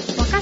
阪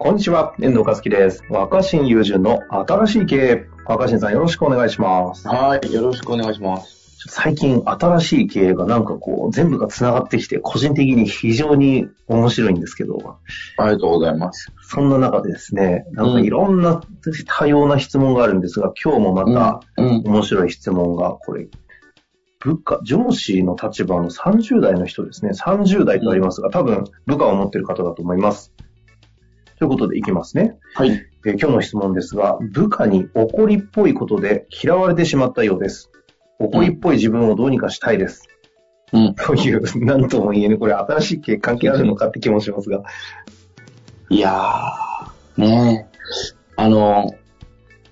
こんにちは、遠藤和樹です。若新友人の新しい経営。若新さんよろしくお願いします。はい、よろしくお願いします。最近新しい経営がなんかこう全部が繋がってきて個人的に非常に面白いんですけど、ありがとうございます。そんな中でですね、なんかいろんな多様な質問があるんですが、今日もまたうん。面白い質問がこれ、部下、上司の立場の30代の人ですね。30代とありますが、多分部下を持っている方だと思います。ということでいきますね。はい。えー今日の質問ですが、部下に怒りっぽいことで嫌われてしまったようです。怒りっぽい自分をどうにかしたいです。うん という、なんとも言えぬ、これ新しい経営関係あるのかって気もしますが。いやー、ねえ。あの、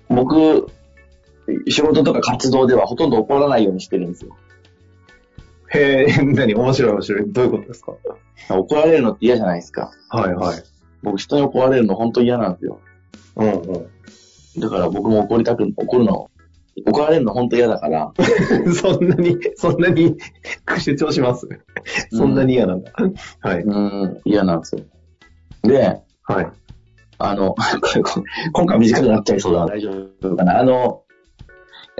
僕、仕事とか活動ではほとんど怒らないようにしてるんですよ。へえ、何面白い面白い。どういうことですか怒られるのって嫌じゃないですか。はいはい。僕、人に怒られるの本当嫌なんですよ。うんうだから僕も怒りたく、怒るの、怒られるの本当嫌だから。ん。 そんなに、そんなに 主張します。そんなに嫌なんだ。はい。うん、嫌なんですよ。で、はい。あの、 これこれ今回短くなっちゃいそうだな。大丈夫かな。あの、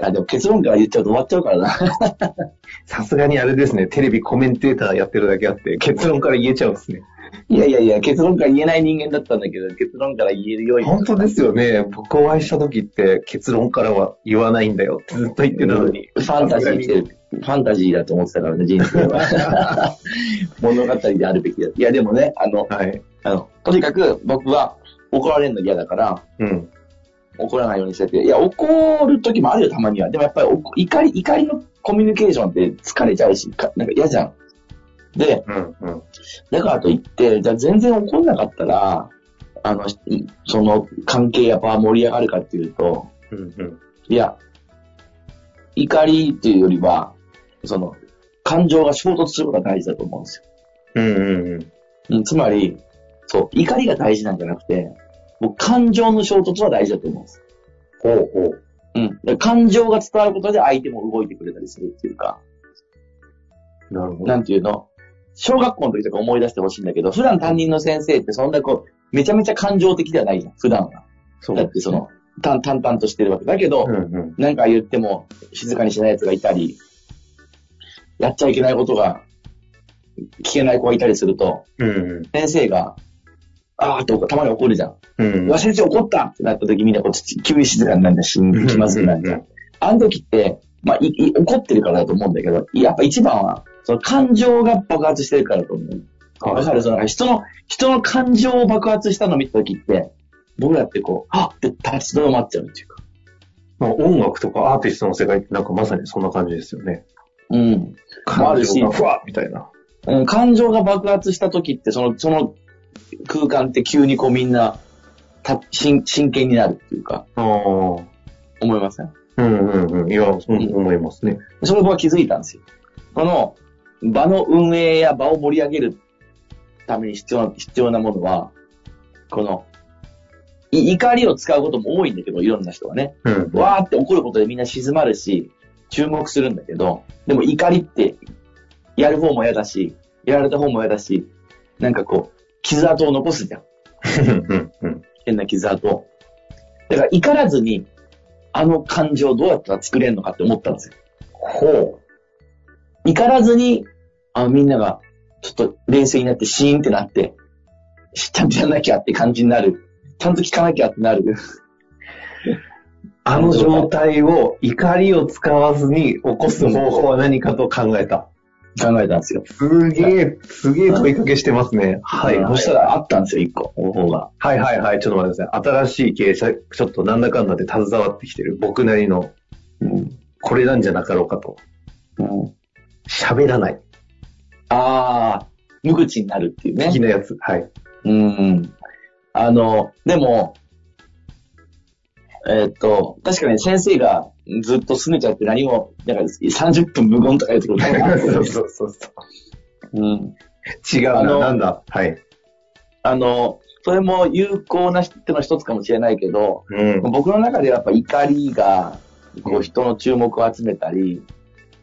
いやでも結論から言っちゃうと終わっちゃうからな。さすがにあれですね、テレビコメンテーターやってるだけあって、結論から言えちゃうんですね。いやいやいや、結論から言えない人間だったんだけど、結論から言えるように。本当ですよね。僕お会いした時って結論からは言わないんだよってずっと言ってたのに。ファンタジーって、ファンタジーだと思ってたからね、人生は。 物語であるべきだ。いや、でもね、あの、はい。あの、とにかく僕は怒られるの嫌だから、うん。怒らないようにしてて、いや、怒る時もあるよ、たまには。でもやっぱり怒怒り、怒りのコミュニケーションって疲れちゃうし、かなんか嫌じゃん。で、うん。うん。だからといって、じゃあ全然怒んなかったら、あの、その関係やっぱ盛り上がるかっていうと、うん。うん。いや、怒りっていうよりは、その、感情が衝突することが大事だと思うんですうん。うん。よ。うん、つまり、そう、怒りが大事なんじゃなくて、もう感情の衝突は大事だと思うんです。ほうほう。うん。だから感情が伝わることで相手も動いてくれたりするっていうか、なるほど。なんていうの小学校の時とか思い出してほしいんだけど、普段担任の先生ってそんなこう、めちゃめちゃ感情的ではないじゃん、普段は。そだってその、淡淡々としてるわけだけど、うん。うん。なんか言っても静かにしない奴がいたり、やっちゃいけないことが聞けない子がいたりすると、うん。先生が、あーってたまに怒るじゃん。うんうわ、。先生怒ったってなった時みんなこうち急に静かになるんだし、気まずくなるじゃん。あの時って、まあいい、怒ってるからだと思うんだけど、やっぱ一番は、その感情が爆発してるからだと思う。わかるその人の、人の感情を爆発したのを見た時って、僕らってこう、あって立ち止まっちゃうっていうか。まあ音楽とかアーティストの世界ってなんかまさにそんな感じですよね。うん。あ感るし情がふわっみたいな。うん感情が爆発した時って、その、その空間って急にこうみんな、た、真、真剣になるっていうか、ああ。思いませんうんうんうん。いや、そう思いますね。それ僕は気づいたんですよ。この、場の運営や場を盛り上げるために必要な、必要なものは、この、い怒りを使うことも多いんだけど、いろんな人がね。うん。わーって怒ることでみんな静まるし、注目するんだけど、でも怒りって、やる方も嫌だし、やられた方も嫌だし、なんかこう、傷跡を残すじゃん。うん。うん。変な傷跡。だから怒らずに、あの感情をどうやったら作れるのかって思ったんですよ。ほ怒らずに、あみんなが、ちょっと冷静になってシーンってなって、しちゃんとやんなきゃって感じになる。ちゃんと聞かなきゃってなる。う。あの状態を怒りを使わずに起こす方法は何かと考えた。考えたんですよ。すげえ、すげえ問いかけしてますね。はい。うそんそししたたら、らあったんですよ、一個、方法が。はいはいはい、ちょっと待ってください。新しい経営者、ちょっとなんだかんだで携わってきてる僕なりの、うん。これなんじゃなかろうかと。うん、喋らない。ああ、無口になるっていうね 好き。なやつ。はい。うん。あの、でも、えーっと、確かに先生がずっと拗ねちゃって何も、なんか30分無言とか言ってくるからな。そうそうそうそうん。う。違うな、あのなんだ。はい。あの、それも有効なっての一つかもしれないけど、うん。僕の中ではやっぱ怒りが、こう人の注目を集めたり、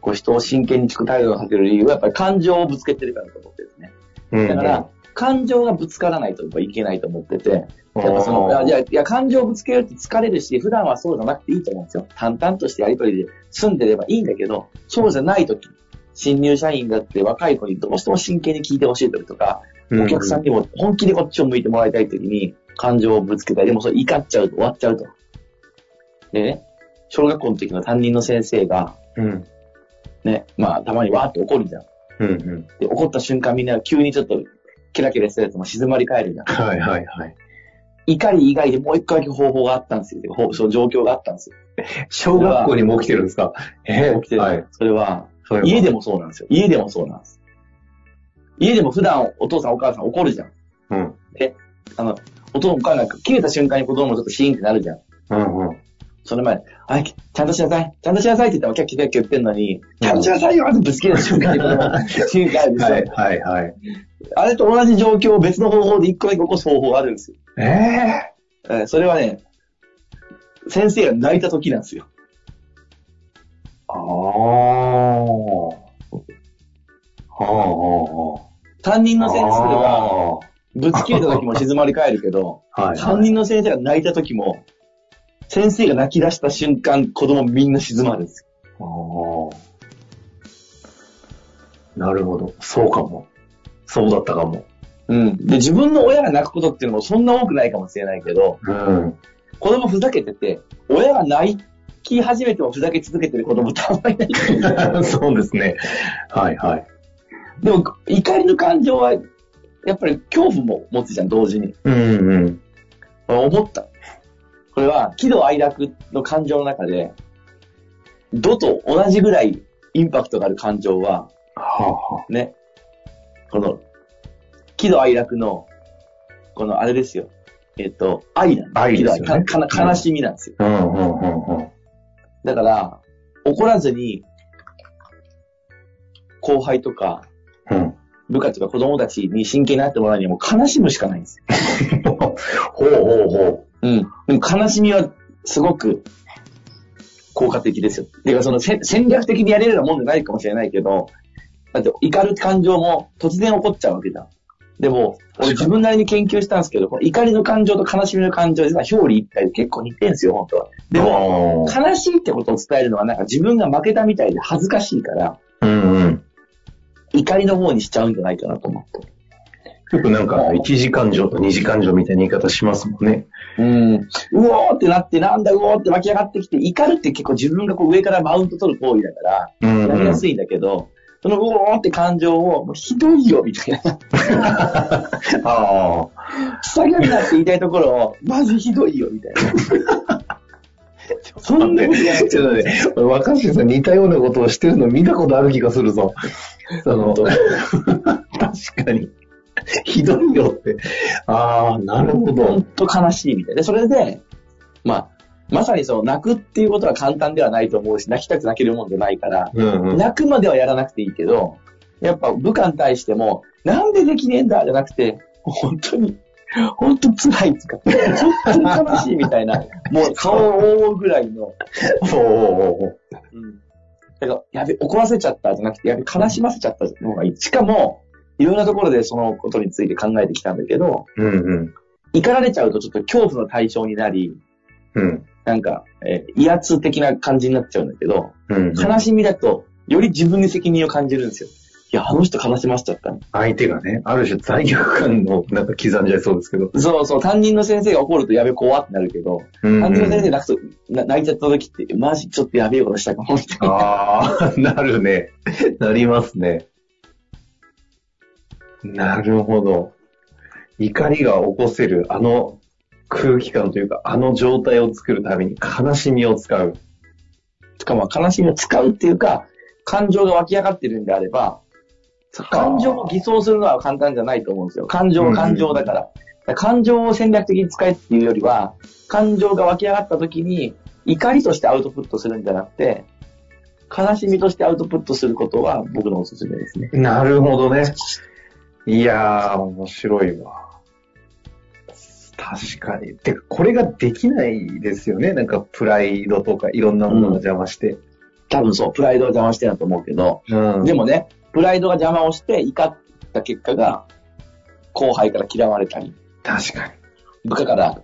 こう人を真剣に聞く態度をかける理由はやっぱり感情をぶつけてるからだと思ってるんですね。うんだから、、感情がぶつからないとやっぱいけないと思ってて、やっうんぱその、いや、いや、感情をぶつけるって疲れるし、普段はそうじゃなくていいと思うんですよ。淡々としてやりとりで済んでればいいんだけど、そうじゃない時、新入社員だって若い子にどうしても真剣に聞いてほしい時とか、お客さんにも本気でこっちを向いてもらいたいときに感情をぶつけたり、でもそれ怒っちゃうと終わっちゃうと。でね、小学校の時の担任の先生が、うん。ね、まあたまにわーって怒るじゃん。うん。うん。で、怒った瞬間みんな急にちょっとキラキラしたやつも静まり返るじゃん。はいはいはい。怒り以外でもう一個だけ方法があったんですよ。ほうその状況があったんですよ。小学校にも起きてるんですかえー起きてるはい。それは、それは家でもそうなんですよ。家でもそうなんです。家でも普段お父さんお母さん怒るじゃん。うん。あの、お父さんお母さんが切れた瞬間に子供もちょっとシーンってなるじゃん。うんうん。その前に、あい、ちゃんとしなさい、ちゃんとしなさいって言ったら、キャッキャッキャッキャ言ってんのに、ちゃんとしなさいよってぶつける瞬間に、この瞬間あるでし ょはいはいはい。あれと同じ状況を別の方法で一個だけ起こす方法があるんですよ。えええーそれはね、先生が泣いた時なんですよ。ー。ああ。はあは担任あはあ。の先生は、ぶつけた時も静まり返るけど、あーはい担はい。任の先生が泣いた時も、先生が泣き出した瞬間、子供みんな静まるんですよ。あーなるほど。そうかも。そうだったかも。うん。で、自分の親が泣くことっていうのもそんな多くないかもしれないけど、うん。 子供ふざけてて、親が泣き始めてもふざけ続けてる子供たまにいない。そうですね。はいはい。でも、怒りの感情は、やっぱり恐怖も持つじゃん、同時に。うんうん。思った。これは、喜怒哀楽の感情の中で、どと同じぐらいインパクトがある感情は、はあはあ。ね、この、喜怒哀楽の、このあれですよ。えっと、愛なん愛ですよね喜怒哀楽かかな悲しみなんですよ。うんうんうんうん。だから、怒らずに、後輩とか、うん。部下とか子供たちに真剣になってもらうにはもう悲しむしかないんですよ。ほうほうほうん。でも悲しみはすごく効果的ですよ。ていうかそのせ戦略的にやれるようなもんじゃないかもしれないけど、だって怒る感情も突然起こっちゃうわけじゃん。でも、俺自分なりに研究したんですけど、この怒りの感情と悲しみの感情、実は表裏一体で結構似てるんですよ、本当は。う。でも、も、悲しいってことを伝えるのはなんか自分が負けたみたいで恥ずかしいから、うんうん。怒りの方にしちゃうんじゃないかなと思って。よくなんか、一時間上と二時間上みたいな言い方しますもんね。うん。うおーってなって、なんだうおーって湧き上がってきて、怒るって結構自分がこう上からマウント取る行為だかうら、ん、やりうやん。すいんだけど、そのうおーって感情を、もうひどいよみたいな、ああ。下げるなって言いたいところを、マジひどいよみたいな。そんなことやちょっとね、俺若新さん似たようなことをしてるの見たことある気がするぞ。その、本当確かに。ひどいよって。ああ、なるほほんど。と悲しいみたいな。で、それで、まあ、まさにその泣くっていうことは簡単ではないと思うし、泣きたく泣けるもんじゃないから、うんうん。泣くまではやらなくていいけど、やっぱ部下に対しても、なんでできねえんだじゃなくて、本当に、本当辛いとか、本当に悲しいみたいな、もう顔を覆うぐらいの、おおだから、やべ、怒らせちゃったじゃなくて、やべ、悲しませちゃったの方がいい。しかも、いろんなところでそのことについて考えてきたんだけど、うんうん。怒られちゃうとちょっと恐怖の対象になり、うん。なんか、えー威圧的な感じになっちゃうんだけど、うん。悲しみだと、より自分に責任を感じるんですよ。いや、あの人悲しませちゃったね相手がね、ある種罪悪感の、なんか刻んじゃいそうですけど。そうそう、担任の先生が怒るとやべ怖ってなるけど、うん担任の先生泣くと、な泣いちゃった時って、マジちょっとやべえことしたかも、みたいな。あ あ、なるね。なりますね。なるほど。怒りが起こせる、あの空気感というか、あの状態を作るために悲しみを使う。しかも悲しみを使うっていうか、感情が湧き上がってるんであれば、感情を偽装するのは簡単じゃないと思うんですよ。感情は感情だから。から感情を戦略的に使えっていうよりは、感情が湧き上がった時に、怒りとしてアウトプットするんじゃなくて、悲しみとしてアウトプットすることは僕のおすすめですね。なるほどね。いやー、面白いわ。確かに。てか、これができないですよね。なんか、プライドとかいろんなものが邪魔して。多分そう、プライドが邪魔してると思うけど、うんでもね、プライドが邪魔をして怒った結果が、後輩から嫌われたり、確かに。部下から、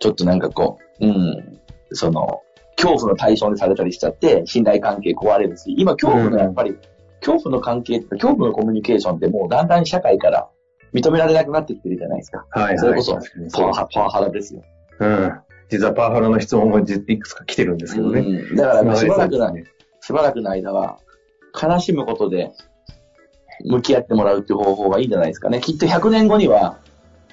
ちょっとなんかこう、うん、その、恐怖の対象にされたりしちゃって、信頼関係壊れるし、今恐怖のやっぱり、恐怖の関係って、恐怖のコミュニケーションってもうだんだん社会から認められなくなってきてるじゃないですか。はいはい。それこそ確かにパワハラ、パワハラですよ。うん。実はパワハラの質問もじいくつか来てるんですけどね。うん、だからしばらくなね。しばらくの間は、悲しむことで向き合ってもらうっていう方法がいいんじゃないですかね。きっと100年後には、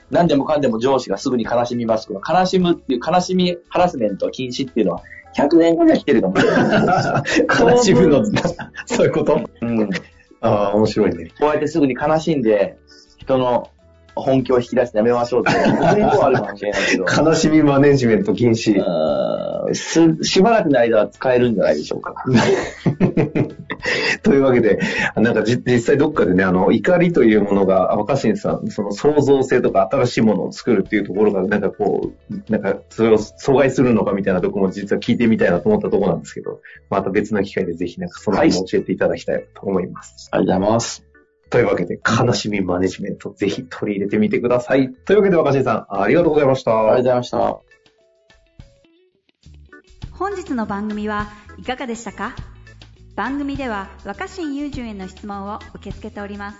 何でもかんでも上司がすぐに悲しみますけど、悲しむっていう、悲しみハラスメント禁止っていうのは、100年後には来てるかもしれない。悲しむの、 そういうことうん、こああ、面白いね。うやってすぐに悲しんで、人の本気を引き出してやめましょうって、100年後はあるかもしれないけど、悲しみマネジメント禁止。うーんすしばらくの間は使えるんじゃないでしょう か。というわけで、なんかじ実際どっかでね、あの、怒りというものが、若新さん、その創造性とか新しいものを作るっていうところが、なんかこう、なんかそれを阻害するのかみたいなところも実は聞いてみたいなと思ったところなんですけど、また別の機会でぜひなんかその辺も教えていただきたいと思います。ありがとうございます。というわけで、悲しみマネジメント、ぜひ取り入れてみてください。というわけで若新さん、ありがとうございました。ありがとうございました。本日の番組はいかがでしたか番組では若新雄純への質問を受け付けております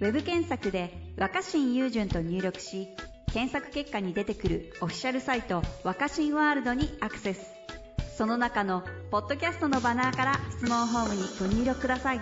ウェブ検索で「若新雄純」と入力し検索結果に出てくるオフィシャルサイト「若新ワールド」にアクセスその中の「ポッドキャスト」のバナーから質問ホームにご入力ください